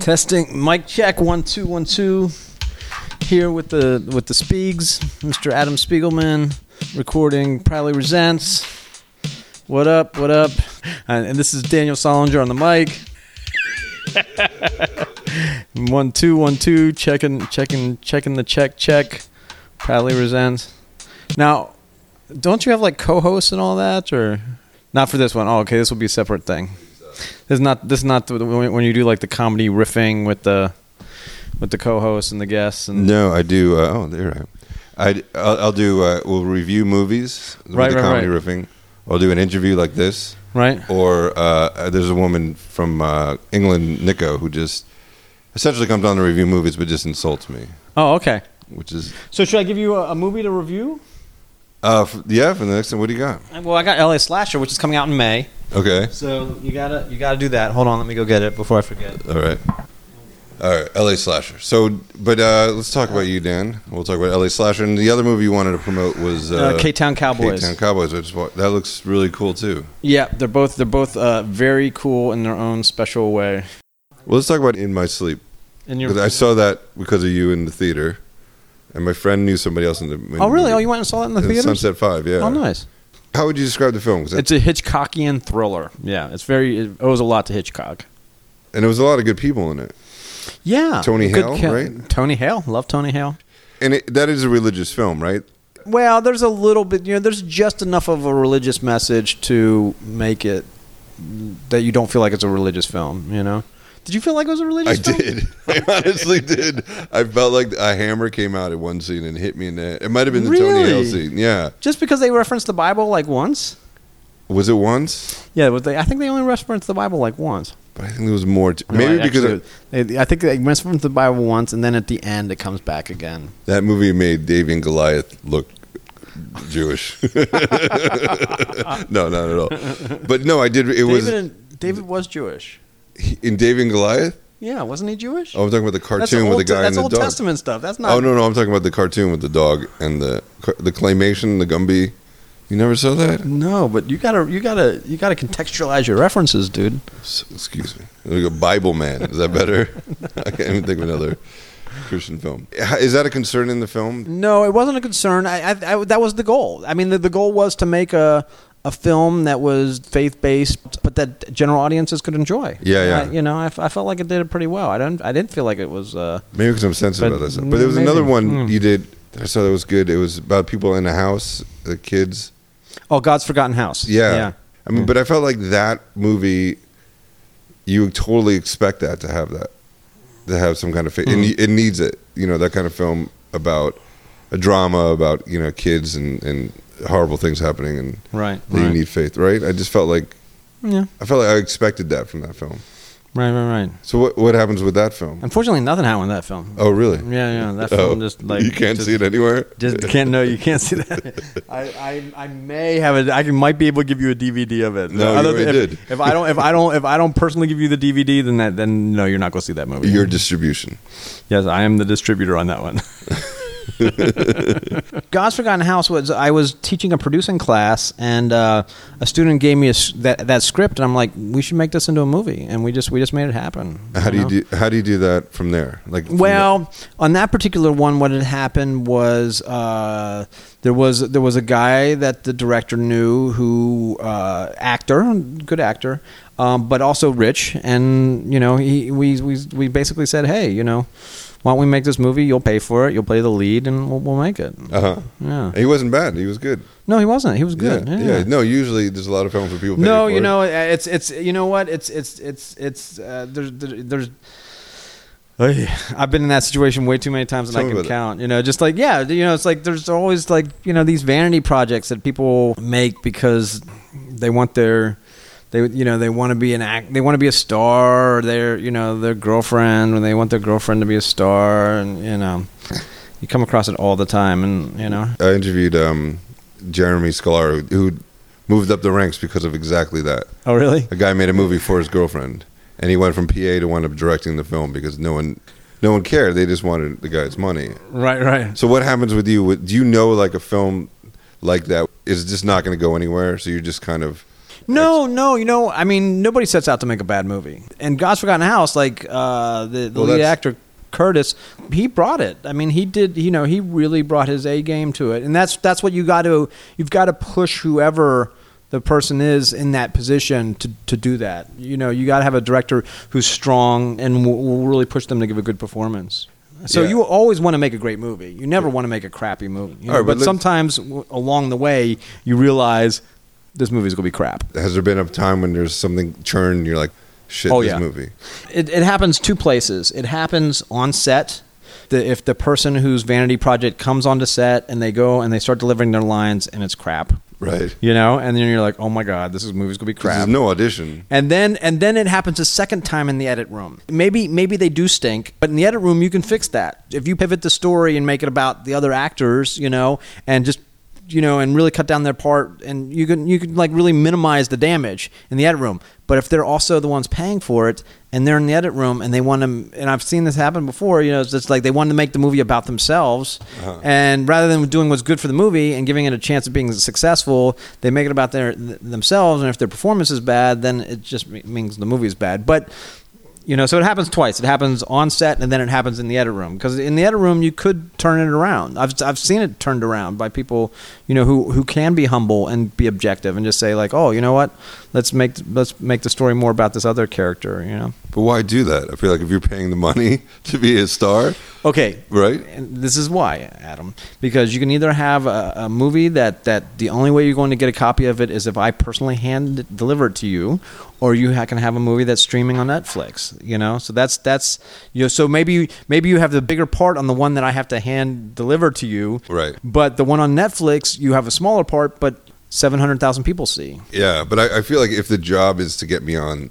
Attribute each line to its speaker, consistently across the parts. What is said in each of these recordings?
Speaker 1: Testing mic check one two one two. Here with the with the Spiegs, Mr. Adam Spiegelman, recording Proudly Resents. What up? What up? And, and this is Daniel Solinger on the mic. one two one two. Checking checking checking the check check. Proudly Resents. Now, don't you have like co-hosts and all that, or not for this one? Oh, okay. This will be a separate thing. This is not this is not the, when when you do like the comedy riffing with the with the co-hosts and the guests and
Speaker 2: No, I do. Uh, oh, there I am. I, I'll, I'll do. Uh, we'll review movies with
Speaker 1: Right,
Speaker 2: the
Speaker 1: right,
Speaker 2: comedy
Speaker 1: right.
Speaker 2: riffing. I'll do an interview like this,
Speaker 1: right.
Speaker 2: or uh, there's a woman from uh, England, Nico, who just essentially comes on to review movies, but just insults me,
Speaker 1: Oh, okay.
Speaker 2: which is
Speaker 1: So should I give you a, a movie to review?
Speaker 2: uh, f- yeah. For the next one, what do you got?
Speaker 1: Well, I got LA Slasher, which is coming out in May.
Speaker 2: Okay,
Speaker 1: So you gotta you gotta do that. Hold on, let me go get it before I forget.
Speaker 2: all right, all right. L.A. Slasher. So, but uh, let's talk about you, Dan. We'll talk about L.A. Slasher, and the other movie you wanted to promote was
Speaker 1: Uh,
Speaker 2: uh,
Speaker 1: K-Town Cowboys.
Speaker 2: K-Town Cowboys. I just wa- that looks really cool too.
Speaker 1: Yeah, they're both they're both uh, very cool in their own special way.
Speaker 2: Well, let's talk about In My Sleep.
Speaker 1: And
Speaker 2: 'Cause I saw that because of you in the theater, and my friend knew somebody else in the. In
Speaker 1: oh really?
Speaker 2: The,
Speaker 1: Oh, you went and saw that in the
Speaker 2: in
Speaker 1: theater?
Speaker 2: Sunset Five, yeah.
Speaker 1: Oh, nice.
Speaker 2: How would you describe the film? 'Cause
Speaker 1: It's
Speaker 2: that-
Speaker 1: a Hitchcockian thriller. Yeah, it's very it owes a lot to Hitchcock.
Speaker 2: and there was a lot of good people in it,
Speaker 1: Yeah,
Speaker 2: Tony
Speaker 1: Good
Speaker 2: Hale,
Speaker 1: ca-
Speaker 2: right?
Speaker 1: Tony Hale, love Tony Hale.
Speaker 2: and it, that is a religious film, right?
Speaker 1: Well, there's a little bit, you know, there's just enough of a religious message to make it that you don't feel like it's a religious film, you know? Did you feel like it was a
Speaker 2: I
Speaker 1: religious film?
Speaker 2: did. I honestly did. I felt like a hammer came out at one scene and hit me in the. head. It might have been the Tony Hale
Speaker 1: Really?
Speaker 2: scene. Yeah.
Speaker 1: Just because they referenced the Bible like once?
Speaker 2: Was it once?
Speaker 1: Yeah, but they, I think they only referenced the Bible like once.
Speaker 2: But I think there was more. To,
Speaker 1: No,
Speaker 2: maybe
Speaker 1: it
Speaker 2: because
Speaker 1: actually-
Speaker 2: of-
Speaker 1: they, I think they referenced the Bible once, and then at the end it comes back again.
Speaker 2: that movie made David and Goliath look Jewish. no, not at all. But no, I did. It was
Speaker 1: David, and, David was Jewish.
Speaker 2: in David and Goliath.
Speaker 1: Yeah, wasn't he Jewish?
Speaker 2: Oh, I'm talking about the
Speaker 1: that's
Speaker 2: cartoon
Speaker 1: Old
Speaker 2: with the
Speaker 1: Te-
Speaker 2: guy
Speaker 1: That's
Speaker 2: and the
Speaker 1: Old
Speaker 2: dog.
Speaker 1: Testament stuff. That's not.
Speaker 2: Oh no, no, I'm talking about the cartoon with the dog and the the claymation, the Gumby. You never saw that?
Speaker 1: No, but you gotta, you gotta, you gotta contextualize your references, dude.
Speaker 2: S- excuse me. Like a Bible man. Is that better? I can't even think of another Christian film. Is that a concern in the film?
Speaker 1: No, it wasn't a concern. I, I, I that was the goal. I mean, the, the goal was to make a a film that was faith based, but that general audiences could enjoy.
Speaker 2: Yeah, yeah.
Speaker 1: I, you know, I, f- I felt like it did it pretty well. I didn't I didn't feel like it was. Uh,
Speaker 2: Maybe because I'm sensitive
Speaker 1: But-
Speaker 2: about that stuff. But there was
Speaker 1: maybe.
Speaker 2: another one
Speaker 1: Hmm.
Speaker 2: you did that I saw that was good. It was about people in a house, the kids.
Speaker 1: oh, God's Forgotten House.
Speaker 2: Yeah.
Speaker 1: yeah.
Speaker 2: I mean, but I felt like that movie, you totally expect that to have that, to have some kind of, fa-
Speaker 1: Hmm.
Speaker 2: it, it needs it, you know, that kind of film about a drama about, you know, kids and, and horrible things happening and
Speaker 1: Right.
Speaker 2: that you need faith, right? I just felt like,
Speaker 1: Yeah.
Speaker 2: I felt like I expected that from that film.
Speaker 1: Right. Right. Right.
Speaker 2: So what, what happens with that film?
Speaker 1: Unfortunately, nothing happened in that film.
Speaker 2: Oh, really?
Speaker 1: Yeah. Yeah. That
Speaker 2: Oh,
Speaker 1: film just like
Speaker 2: you can't
Speaker 1: just-
Speaker 2: see it anywhere?
Speaker 1: Just can't know. You can't see that. I, I, I may have it. I can- might be able to give you a DVD of it.
Speaker 2: No, you
Speaker 1: than-
Speaker 2: already
Speaker 1: if,
Speaker 2: did.
Speaker 1: If I don't, if I don't, if I don't personally give you the DVD, then that, then no, you're not going to see that movie.
Speaker 2: Your distribution.
Speaker 1: yes, I am the distributor on that one. God's Forgotten House was I was teaching a producing class, and uh, a student gave me a s that that script, and I'm like, we should make this into a movie, and we just we just made it happen.
Speaker 2: How do
Speaker 1: know?
Speaker 2: you do, how do you do that from there? Like, from
Speaker 1: Well, on that particular one, what had happened was uh, there was there was a guy that the director knew who uh, actor, good actor, um, but also rich, and you know he we, we we basically said, hey, you know, why don't we make this movie? You'll pay for it. You'll play the lead, and we'll, we'll make it.
Speaker 2: the- uh-huh.
Speaker 1: Yeah.
Speaker 2: He wasn't bad. He was good.
Speaker 1: No, he wasn't. He was good.
Speaker 2: Yeah,
Speaker 1: Yeah.
Speaker 2: yeah. No, usually there's a lot of films where people. pay
Speaker 1: No,
Speaker 2: for
Speaker 1: you
Speaker 2: it.
Speaker 1: know, uh, it's it's you know what? It's it's it's it's uh, there's there's. Ay, I've been in that situation way too many times, and
Speaker 2: Tell
Speaker 1: I
Speaker 2: me
Speaker 1: can
Speaker 2: about it.
Speaker 1: count. You know, just like yeah, you know, it's like there's always like you know these vanity projects that people make because they want their they you know they want to be an act they want to be a star or their you know their girlfriend or they want their girlfriend to be a star and you know you come across it all the time and you know
Speaker 2: I interviewed um, Jeremy Scalar, who, who moved up the ranks because of exactly that.
Speaker 1: oh really
Speaker 2: A guy made a movie for his girlfriend, and he went from PA to wind up directing the film because no one, no one cared. They just wanted the guy's money.
Speaker 1: right right
Speaker 2: So what happens with you? With- Do you know like a film like that is just not going to go anywhere? So you're just kind of
Speaker 1: No, no, you know, I mean, nobody sets out to make a bad movie. And God's Forgotten House, like uh, the, the
Speaker 2: Well,
Speaker 1: lead
Speaker 2: that's-
Speaker 1: actor Curtis, he brought it. I mean, he did. You know, he really brought his A game to it, and that's that's what you got to you've got to push whoever the person is in that position to, to do that. You know, you got to have a director who's strong and will, will really push them to give a good performance. So
Speaker 2: Yeah.
Speaker 1: you always want to make a great movie. You never want to make a crappy movie. you know,
Speaker 2: All right, but
Speaker 1: but
Speaker 2: let's-
Speaker 1: sometimes w- along the way, you realize this movie's going to be crap.
Speaker 2: Has there been a time when there's something churned and you're like, shit,
Speaker 1: Oh,
Speaker 2: this
Speaker 1: yeah.
Speaker 2: movie?
Speaker 1: It, it happens two places. It happens on set. The, if the person whose vanity project comes onto set and they go and they start delivering their lines and it's crap,
Speaker 2: Right.
Speaker 1: you know, and then you're like, oh my god, this is movie's gonna be crap.
Speaker 2: There's no audition.
Speaker 1: and then and then it happens a second time in the edit room. Maybe maybe they do stink, but in the edit room you can fix that. If you pivot the story and make it about the other actors, you know, and just you know, and really cut down their part, and you can you can like really minimize the damage in the edit room. But if they're also the ones paying for it, and they're in the edit room, and they want to, and I've seen this happen before, you know, it's just like they wanted to make the movie about themselves, and rather than doing what's good for the movie and giving it a chance of being successful, they make it about their th- themselves, and if their performance is bad, then it just me- means the movie is bad. But you know, so it happens twice. It happens on set, and then it happens in the edit room. Because in the edit room, you could turn it around. I've I've seen it turned around by people, you know, who who can be humble and be objective and just say like, oh, you know what, let's make let's make the story more about this other character, you know.
Speaker 2: But why do that? I feel like if you're paying the money to be a star,
Speaker 1: Okay,
Speaker 2: right?
Speaker 1: and this is why, Adam, because you can either have a, a movie that, that the only way you're going to get a copy of it is if I personally hand it- deliver it to you, or you ha- can have a movie that's streaming on Netflix. You know, so that's that's you know, so maybe you- maybe you have the bigger part on the one that I have to hand deliver to you,
Speaker 2: Right.
Speaker 1: But the one on Netflix, you have a smaller part, but seven hundred thousand people see.
Speaker 2: Yeah, but I, I feel like if the job is to get me on,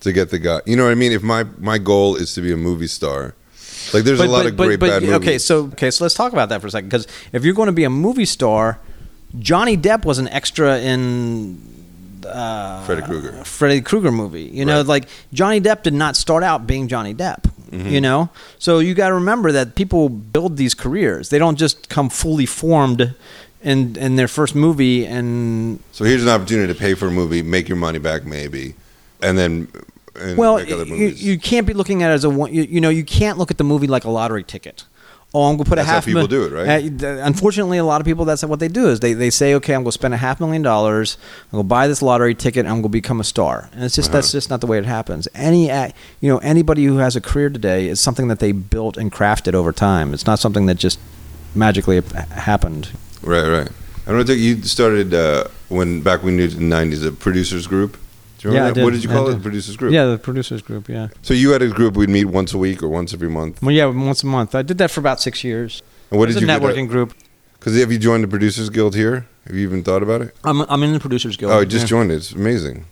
Speaker 2: to get the guy, you know what I mean. If my my goal is to be a movie star, like there's a lot of great bad movies.
Speaker 1: Okay, so okay, so let's talk about that for a second because if you're going to be a movie star, Johnny Depp was an extra in uh,
Speaker 2: Freddy Krueger.
Speaker 1: Freddy Krueger movie. You know,
Speaker 2: Right.
Speaker 1: like Johnny Depp did not start out being Johnny Depp.
Speaker 2: Mm-hmm.
Speaker 1: You know, so you got to remember that people build these careers; they don't just come fully formed. In, in their first movie and
Speaker 2: so here's an opportunity to pay for a movie, make your money back maybe, and then and
Speaker 1: well,
Speaker 2: make other
Speaker 1: you,
Speaker 2: movies.
Speaker 1: you can't be looking at it as a one. You, you know, you can't look at the movie like a lottery ticket. Oh, I'm gonna put
Speaker 2: That's
Speaker 1: a
Speaker 2: how
Speaker 1: half.
Speaker 2: people do it, right?
Speaker 1: Uh, th- unfortunately, a lot of people that's what they do is they, they say, okay, I'm gonna spend a half million dollars. I'm gonna buy this lottery ticket. and I'm gonna become a star. And it's just that's
Speaker 2: Uh-huh.
Speaker 1: just not the way it happens. Any act, you know, anybody who has a career today is something that they built and crafted over time. It's not something that just magically ha- happened.
Speaker 2: right, right. I don't think you started uh, when back when you did in the '90s a producers group. Do you remember
Speaker 1: Yeah, I
Speaker 2: that?
Speaker 1: did.
Speaker 2: What did you
Speaker 1: I
Speaker 2: call it?
Speaker 1: did.
Speaker 2: Producers group.
Speaker 1: Yeah, the producers group. Yeah.
Speaker 2: So you had a group we'd meet once a week or once every month.
Speaker 1: Well, yeah, once a month. I did that for about six years.
Speaker 2: And what
Speaker 1: It's
Speaker 2: did you
Speaker 1: a networking group.
Speaker 2: Because have you joined the producers guild here? Have you even thought about it?
Speaker 1: I'm, I'm in the producers guild.
Speaker 2: Oh, I just
Speaker 1: yeah.
Speaker 2: joined it. It's amazing.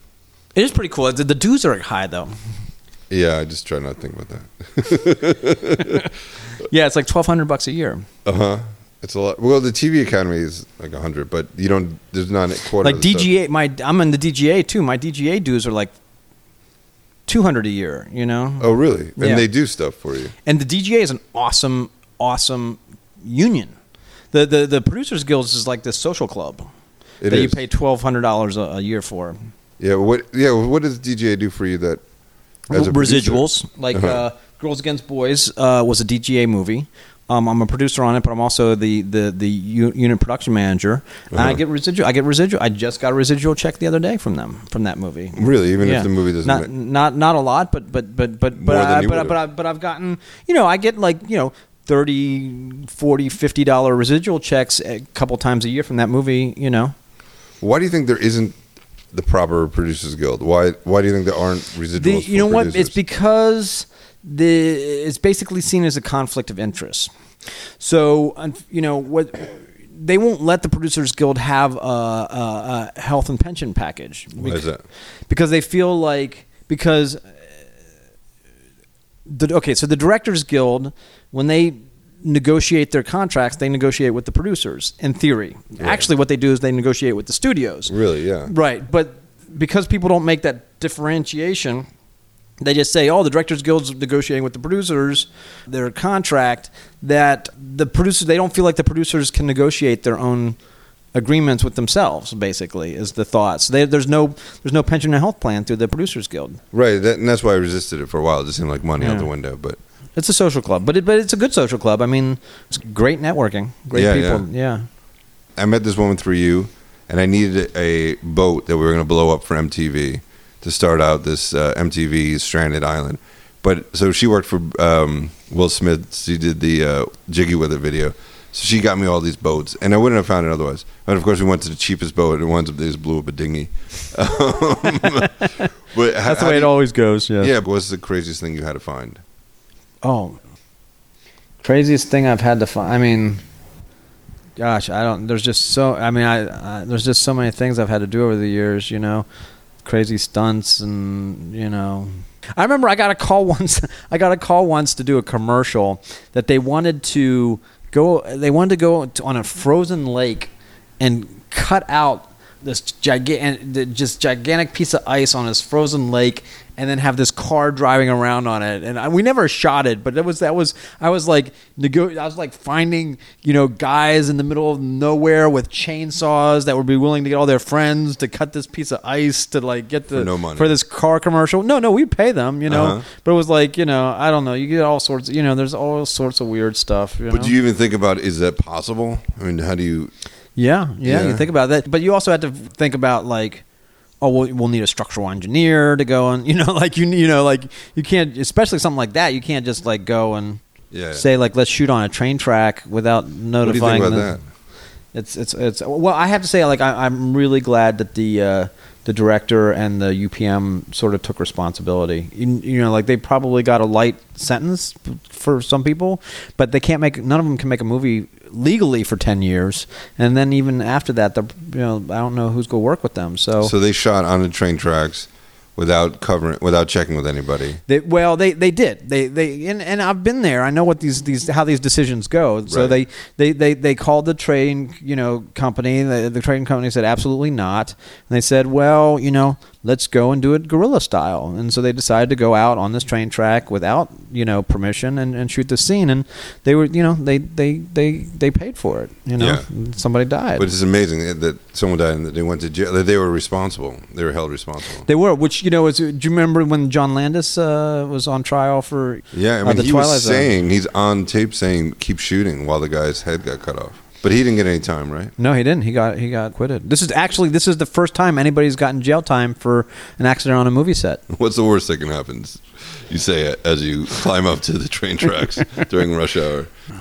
Speaker 1: It is pretty cool. The, the dues are high though.
Speaker 2: Yeah, I just try not to think about that.
Speaker 1: Yeah, it's like twelve hundred bucks a year.
Speaker 2: Uh huh. It's a lot. Well, the TV Academy is like a hundred, but you don't. There's not a quarter.
Speaker 1: Like
Speaker 2: of the stuff.
Speaker 1: DGA, my I'm in the DGA too. My DGA dues are like two hundred a year. You know,
Speaker 2: Oh, really? And
Speaker 1: Yeah.
Speaker 2: they do stuff for you.
Speaker 1: and the DGA is an awesome, awesome union. The the the producers guilds is like this social club
Speaker 2: It
Speaker 1: that you
Speaker 2: is.
Speaker 1: pay twelve hundred dollars a, a year for.
Speaker 2: Yeah. What? Yeah. What does DGA do for you? That as a producer?
Speaker 1: residuals like uh
Speaker 2: Uh-huh.
Speaker 1: Girls Against Boys uh, was a DGA movie. Um, I'm a producer on it, but I'm also the the the u- unit production manager. And I
Speaker 2: Uh-huh.
Speaker 1: get residual. I get residual. I just got a residual check the other day from them from that movie.
Speaker 2: Really? Even
Speaker 1: Yeah.
Speaker 2: if the movie doesn't.
Speaker 1: not,
Speaker 2: make-
Speaker 1: not not a lot, but but but but but
Speaker 2: More than
Speaker 1: I,
Speaker 2: you
Speaker 1: but, I,
Speaker 2: would've.
Speaker 1: but, I, but I've gotten you know I get like you know 30 40 50 dollar residual checks a couple times a year from that movie you know
Speaker 2: why do you think there isn't the proper producers guild? Why? Why do you think there aren't residuals?
Speaker 1: the,
Speaker 2: for
Speaker 1: you know what
Speaker 2: producers?
Speaker 1: it's because the it's basically seen as a conflict of interest so un- you know what they won't let the producers guild have a, a, a health and pension package
Speaker 2: Why is that?
Speaker 1: because they feel like because uh, the, okay so the directors guild when they negotiate their contracts they negotiate with the producers in theory actually what they do is they negotiate with the studios
Speaker 2: Really? Yeah.
Speaker 1: Right, but because people don't make that differentiation, they just say, "Oh, the Directors Guild's negotiating with the producers their contract." That the producers they don't feel like the producers can negotiate their own agreements with themselves. Basically, is the thought. So they, there's no there's no pension and health plan through the producers guild.
Speaker 2: Right, that, and that's why I resisted it for a while. It just seemed like money out
Speaker 1: Yeah.
Speaker 2: the window, but
Speaker 1: It's a social club, but it, but it's a good social club. I mean, it's great networking, great
Speaker 2: Yeah,
Speaker 1: people. Yeah.
Speaker 2: I met this woman through you, and I needed a boat that we were going to blow up for MTV to start out this uh, MTV stranded island. But so she worked for um, Will Smith. She did the uh, Jiggy with It video. So she got me all these boats, and I wouldn't have found it otherwise. But of course, we went to the cheapest boat, and ones they just blew up a dinghy. Um, but how-
Speaker 1: That's the
Speaker 2: how
Speaker 1: way
Speaker 2: do
Speaker 1: it
Speaker 2: you-
Speaker 1: always goes. Yeah.
Speaker 2: Yeah, but what's the craziest thing you had to find?
Speaker 1: Oh, craziest thing I've had to find. I mean, gosh, I don't. There's just so. I mean, I, I there's just so many things I've had to do over the years. You know, crazy stunts and you know. I remember I got a call once. I got a call once to do a commercial that they wanted to go. They wanted to go to- on a frozen lake and cut out this gigantic, just gigantic piece of ice on this frozen lake, and then have this car driving around on it. And I, we never shot it, but that was that was I was like nego- I was like finding you know guys in the middle of nowhere with chainsaws that would be willing to get all their friends to cut this piece of ice to like get the
Speaker 2: For no money.
Speaker 1: for this car commercial. No, no, we'd pay them, you know.
Speaker 2: Uh-huh.
Speaker 1: But it was like you know I don't know. You get all sorts. You know, there's all sorts of weird stuff. You
Speaker 2: But
Speaker 1: know?
Speaker 2: do you even think about is that possible? I mean, how do you?
Speaker 1: Yeah, yeah,
Speaker 2: Yeah.
Speaker 1: You think about that, but you also have to think about like, oh, we'll, we'll need a structural engineer to go and you know, like you you know, like you can't, especially something like that. You can't just like go and
Speaker 2: Yeah.
Speaker 1: say like let's shoot on a train track without
Speaker 2: What do you
Speaker 1: notifying.
Speaker 2: think about
Speaker 1: the-
Speaker 2: that?
Speaker 1: It's it's it's well, I have to say like I, I'm really glad that the. Uh, the director and the UPM sort of took responsibility. You, you know, like they probably got a light sentence for some people, but they can't make none of them can make a movie legally for 10 years and then even after that the you know i don't know who's going to work with them so,
Speaker 2: So they shot on the train tracks without covering, without checking with anybody.
Speaker 1: they, well they, they did they they and, and i've been there i know what these these how these decisions go so they,
Speaker 2: Right.
Speaker 1: they they they called the train you know company the, the train company said absolutely not and they said well you know let's go and do it guerrilla style and so they decided to go out on this train track without you know permission and, and shoot the scene and they were you know they they they they paid for it you know
Speaker 2: Yeah.
Speaker 1: And somebody died
Speaker 2: But it's amazing that- that someone died and that they went to jail. That they were responsible. They were held responsible.
Speaker 1: They were, which you know, is, do you remember when John Landis uh, was on trial for?
Speaker 2: Yeah, I
Speaker 1: uh,
Speaker 2: mean,
Speaker 1: the
Speaker 2: he
Speaker 1: Twilight
Speaker 2: was
Speaker 1: Zone?
Speaker 2: saying he's on tape saying keep shooting while the guy's head got cut off. But he didn't get any time, right?
Speaker 1: No, he didn't. He got he got acquitted. This is actually this is the first time anybody's gotten jail time for an accident on a movie set.
Speaker 2: What's the worst that can happen? You say it as you climb up to the train tracks during rush hour. Uh,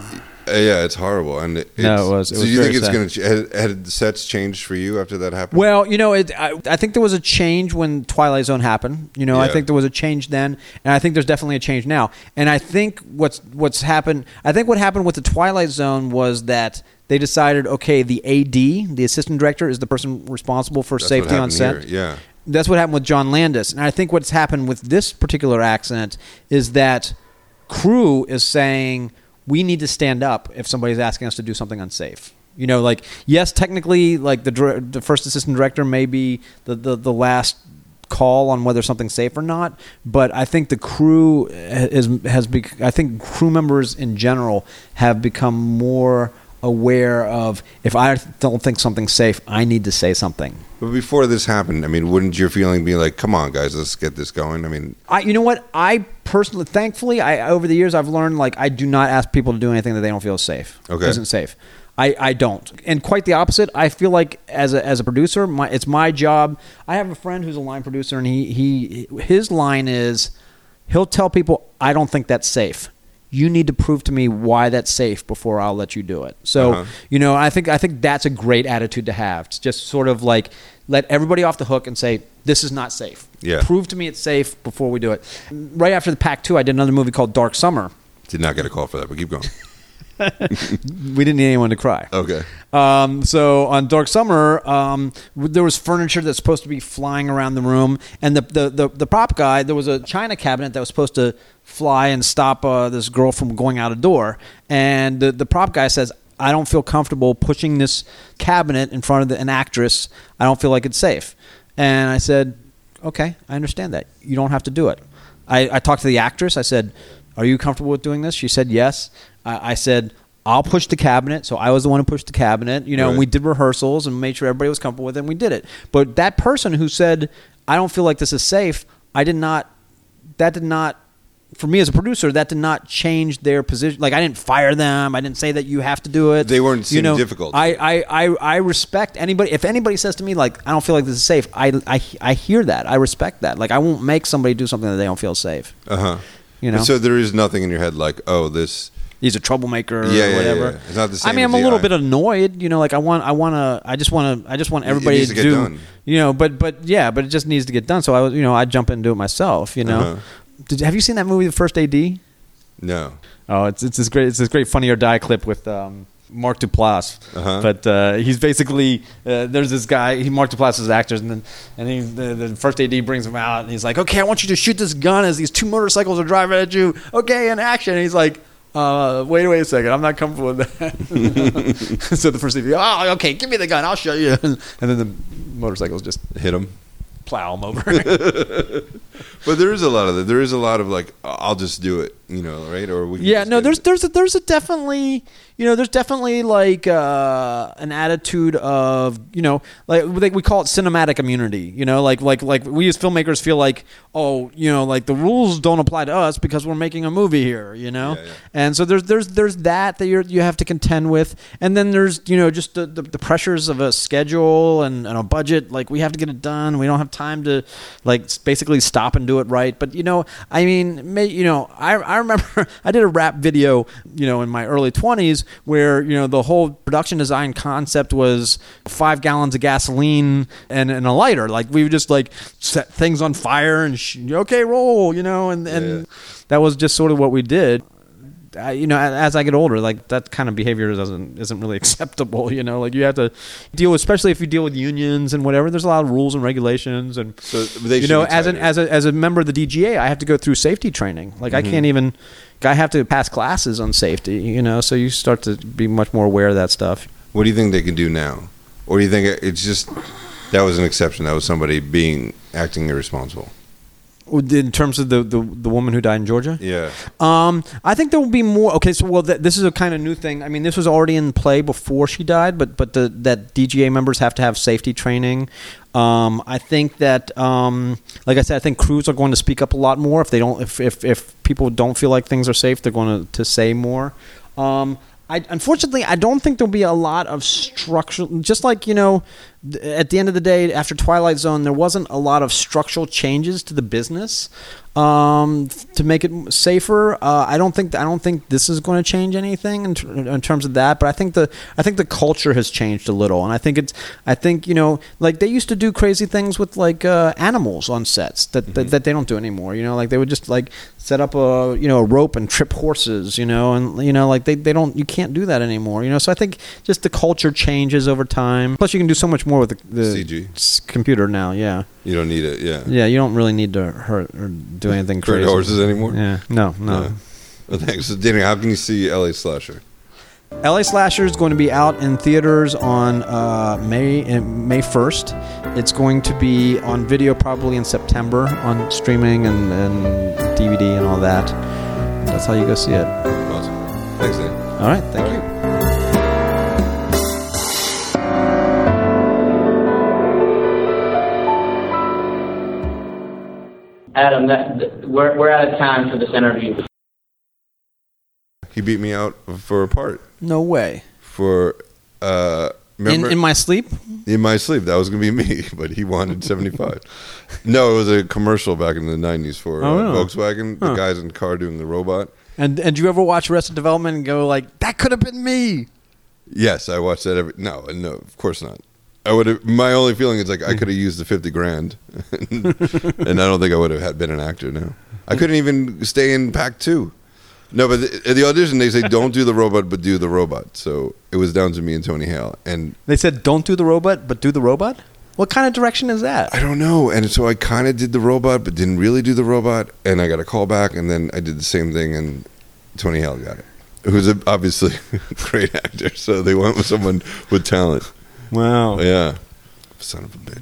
Speaker 2: Yeah, it's horrible. And it's,
Speaker 1: No, it was- it
Speaker 2: so
Speaker 1: was
Speaker 2: you
Speaker 1: very
Speaker 2: think it's
Speaker 1: sad.
Speaker 2: going to had, had the sets changed for you after that happened?
Speaker 1: Well, you know, it, I, I think there was a change when Twilight Zone happened. You know, I
Speaker 2: Yeah.
Speaker 1: think there was a change then, and I think there's definitely a change now. And I think what's what's happened. I think what happened with the Twilight Zone was that they decided, okay, the AD, the assistant director, is the person responsible for
Speaker 2: That's what
Speaker 1: safety on
Speaker 2: happened
Speaker 1: set.
Speaker 2: here, yeah.
Speaker 1: that's what happened with John Landis. And I think what's happened with this particular accident is that crew is saying we need to stand up if somebody's asking us to do something unsafe. You know, like yes, technically, like the dir- the first assistant director may be the the, the last call on whether something's safe or not but i think the crew is has bec- i think crew members in general have become more aware of if i don't think something's safe i need to say something
Speaker 2: But before this happened, I mean, wouldn't your feeling be like, "Come on, guys, let's get this going"? I mean,
Speaker 1: I, you know what? I personally, thankfully, I over the years I've learned like I do not ask people to do anything that they don't feel is safe.
Speaker 2: Okay.
Speaker 1: isn't safe. I, I don't, and quite the opposite. I feel like as a, as a producer, my, it's my job. I have a friend who's a line producer, and he, he his line is, he'll tell people, "I don't think that's safe. You need to prove to me why that's safe before I'll let you do it." So
Speaker 2: Uh-huh.
Speaker 1: you know, I think I think that's a great attitude to have. It's just sort of like let everybody off the hook and say, "This is not safe."
Speaker 2: Yeah.
Speaker 1: Prove prove to me it's safe before we do it. Right after the Pack 2, I did another movie called Dark Summer.
Speaker 2: did not get a call for that, but keep going.
Speaker 1: We didn't need anyone to cry.
Speaker 2: Okay.
Speaker 1: Um, so on Dark Summer, um, w- there was furniture that's supposed to be flying around the room, and the, the the the prop guy. There was a china cabinet that was supposed to fly and stop uh, this girl from going out a door, and the the prop guy says. I don't feel comfortable pushing this cabinet in front of the, an actress. I don't feel like it's safe. And I said, okay, I understand that. You don't have to do it. I, I talked to the actress. I said, are you comfortable with doing this? She said, yes. I, I said, I'll push the cabinet. So I was the one who pushed the cabinet, you know, and
Speaker 2: Right.
Speaker 1: we did rehearsals and made sure everybody was comfortable with it and we did it. But that person who said, I don't feel like this is safe, I did not, that did not, for me as a producer, that did not change their position. Like I didn't fire them. I didn't say that you have to do it.
Speaker 2: They weren't
Speaker 1: you
Speaker 2: seeming
Speaker 1: know,
Speaker 2: difficult.
Speaker 1: I, I, I, I respect anybody. If anybody says to me like, I don't feel like this is safe. I, I, I hear that. I respect that. Like I won't make somebody do something that they don't feel safe.
Speaker 2: Uh huh.
Speaker 1: Uh-huh. You know?
Speaker 2: So there is nothing in your head like, oh, this.
Speaker 1: he's a troublemaker
Speaker 2: Yeah, yeah,
Speaker 1: or
Speaker 2: yeah,
Speaker 1: whatever.
Speaker 2: yeah. It's not the
Speaker 1: I
Speaker 2: same
Speaker 1: mean, I'm a
Speaker 2: as the
Speaker 1: little
Speaker 2: eye.
Speaker 1: bit annoyed, you know, like I want I want to I just want to I just want
Speaker 2: it
Speaker 1: everybody
Speaker 2: needs
Speaker 1: to,
Speaker 2: to get
Speaker 1: do
Speaker 2: done.
Speaker 1: you know, but but yeah, but it just needs to get done. So I was, you know, I jump in and do it myself, you know.
Speaker 2: Uh-huh.
Speaker 1: Did have you seen that movie The First AD?
Speaker 2: No.
Speaker 1: Oh, it's it's this great it's this great funny or die clip with um, Mark Duplass.
Speaker 2: Uh-huh.
Speaker 1: But uh, he's basically uh, there's this guy. He Mark Duplass is actors, and then and he, the, the first AD brings him out, and he's like, "Okay, I want you to shoot this gun as these two motorcycles are driving at you. Okay, in action." And he's like. Uh, wait, wait a second. I'm not comfortable with that. so the first AD, oh, okay, give me the gun. I'll show you. And then the motorcycles just
Speaker 2: Hit him.
Speaker 1: plow him over.
Speaker 2: But there is a lot of that. There is a lot of like, I'll just do it, you know, right? Or we. can
Speaker 1: yeah
Speaker 2: just
Speaker 1: no
Speaker 2: get
Speaker 1: there's
Speaker 2: it.
Speaker 1: there's a, there's a definitely you know there's definitely like uh, an attitude of you know like like we call it cinematic immunity you know like like like we as filmmakers feel like oh you know like the rules don't apply to us because we're making a movie here you know
Speaker 2: Yeah, yeah.
Speaker 1: and so there's there's there's that that you you have to contend with and then there's you know just the, the, the pressures of a schedule and, and a budget like we have to get it done we don't have time to like s- basically stop and do it right but you know I mean may, you know I, I remember I did a rap video you know in my early 20s where you know the whole production design concept was five gallons of gasoline and, and a lighter like we would just like set things on fire and sh- okay roll you know and and
Speaker 2: Yeah.
Speaker 1: that was just sort of what we did I, you know, as I get older, like that kind of behavior doesn't isn't really acceptable. You know, like you have to deal, especially if you deal with unions and whatever. There's a lot of rules and regulations, and
Speaker 2: So they
Speaker 1: you
Speaker 2: should
Speaker 1: know,
Speaker 2: be
Speaker 1: as an
Speaker 2: tighter.
Speaker 1: as a as a member of the DGA, I have to go through safety training. Like
Speaker 2: Mm-hmm.
Speaker 1: I can't even, I have to pass classes on safety. You know, so you start to be much more aware of that stuff.
Speaker 2: What do you think they can do now? Or do you think it's just that was an exception? That was somebody being acting irresponsible.
Speaker 1: In terms of the the, the woman who died in Georgia,
Speaker 2: Yeah.
Speaker 1: Um, I think there will be more. Okay, so well, th- this is a kind of new thing. I mean, this was already in play before she died, but but the, that DGA members have to have safety training. Um, I think that, um, like I said, I think crews are going to speak up a lot more if they don't. If if, if people don't feel like things are safe, they're going to, to say more. Um, I, unfortunately, I don't think there'll be a lot of structural. Just like you know, th- at the end of the day, after Twilight Zone, there wasn't a lot of structural changes to the business um, f- to make it safer. Uh, I don't think I don't think this is going to change anything in, ter- in terms of that. But I think the I think the culture has changed a little, and I think it's I think you know like they used to do crazy things with like uh, animals on sets that,
Speaker 2: Mm-hmm.
Speaker 1: that that they don't do anymore. You know, like they would just like set up a you know a rope and trip horses. You know, and you know like they, they don't you can't do that anymore. You know, so I think just the culture changes over time. Plus, you can do so much more with the, the
Speaker 2: CG.
Speaker 1: s- computer now. Yeah,
Speaker 2: You don't need it. Yeah.
Speaker 1: yeah, you don't really need to hurt or do anything
Speaker 2: Hurt
Speaker 1: crazy.
Speaker 2: horses anymore?
Speaker 1: Yeah, no, no.
Speaker 2: No. Well, thanks. So, Danny, how can you see LA Slasher?
Speaker 1: LA Slasher is going to be out in theaters on uh, May uh, May first. It's going to be on video probably in September on streaming and, and DVD and all that. That's how you go see it.
Speaker 2: Awesome. Thanks, Danny.
Speaker 1: All right, thank you.
Speaker 3: Adam, that, th- we're, we're out of time for this interview.
Speaker 2: He beat me out for a part
Speaker 1: No way.
Speaker 2: for uh
Speaker 1: In,
Speaker 2: remember
Speaker 1: in my sleep?
Speaker 2: in my sleep. That was gonna be me, but he wanted seventy five. no, it was a commercial back in the nineties for uh,
Speaker 1: Oh, yeah.
Speaker 2: Volkswagen.
Speaker 1: Huh.
Speaker 2: The guys in the car doing the robot.
Speaker 1: And and do you ever watch Arrested Development and go like, that could have been me?
Speaker 2: Yes, I watched that every. No, no, of course not. I would have. My only feeling is like
Speaker 1: Hmm.
Speaker 2: I could have used the fifty grand, and I don't think I would have had been an actor. No, I couldn't even stay in pack two. No, but the, at the audition they say don't do the robot, but do the robot. So it was down to me and Tony Hale, and
Speaker 1: They said don't do the robot, but do the robot. What kind of direction is that?
Speaker 2: I don't know. And so I kind of did the robot, but didn't really do the robot. And I got a call back, and then I did the same thing, and Tony Hale got it, who's a, obviously a great actor. So they went with someone with talent.
Speaker 1: Wow.
Speaker 2: Yeah, son of a bitch.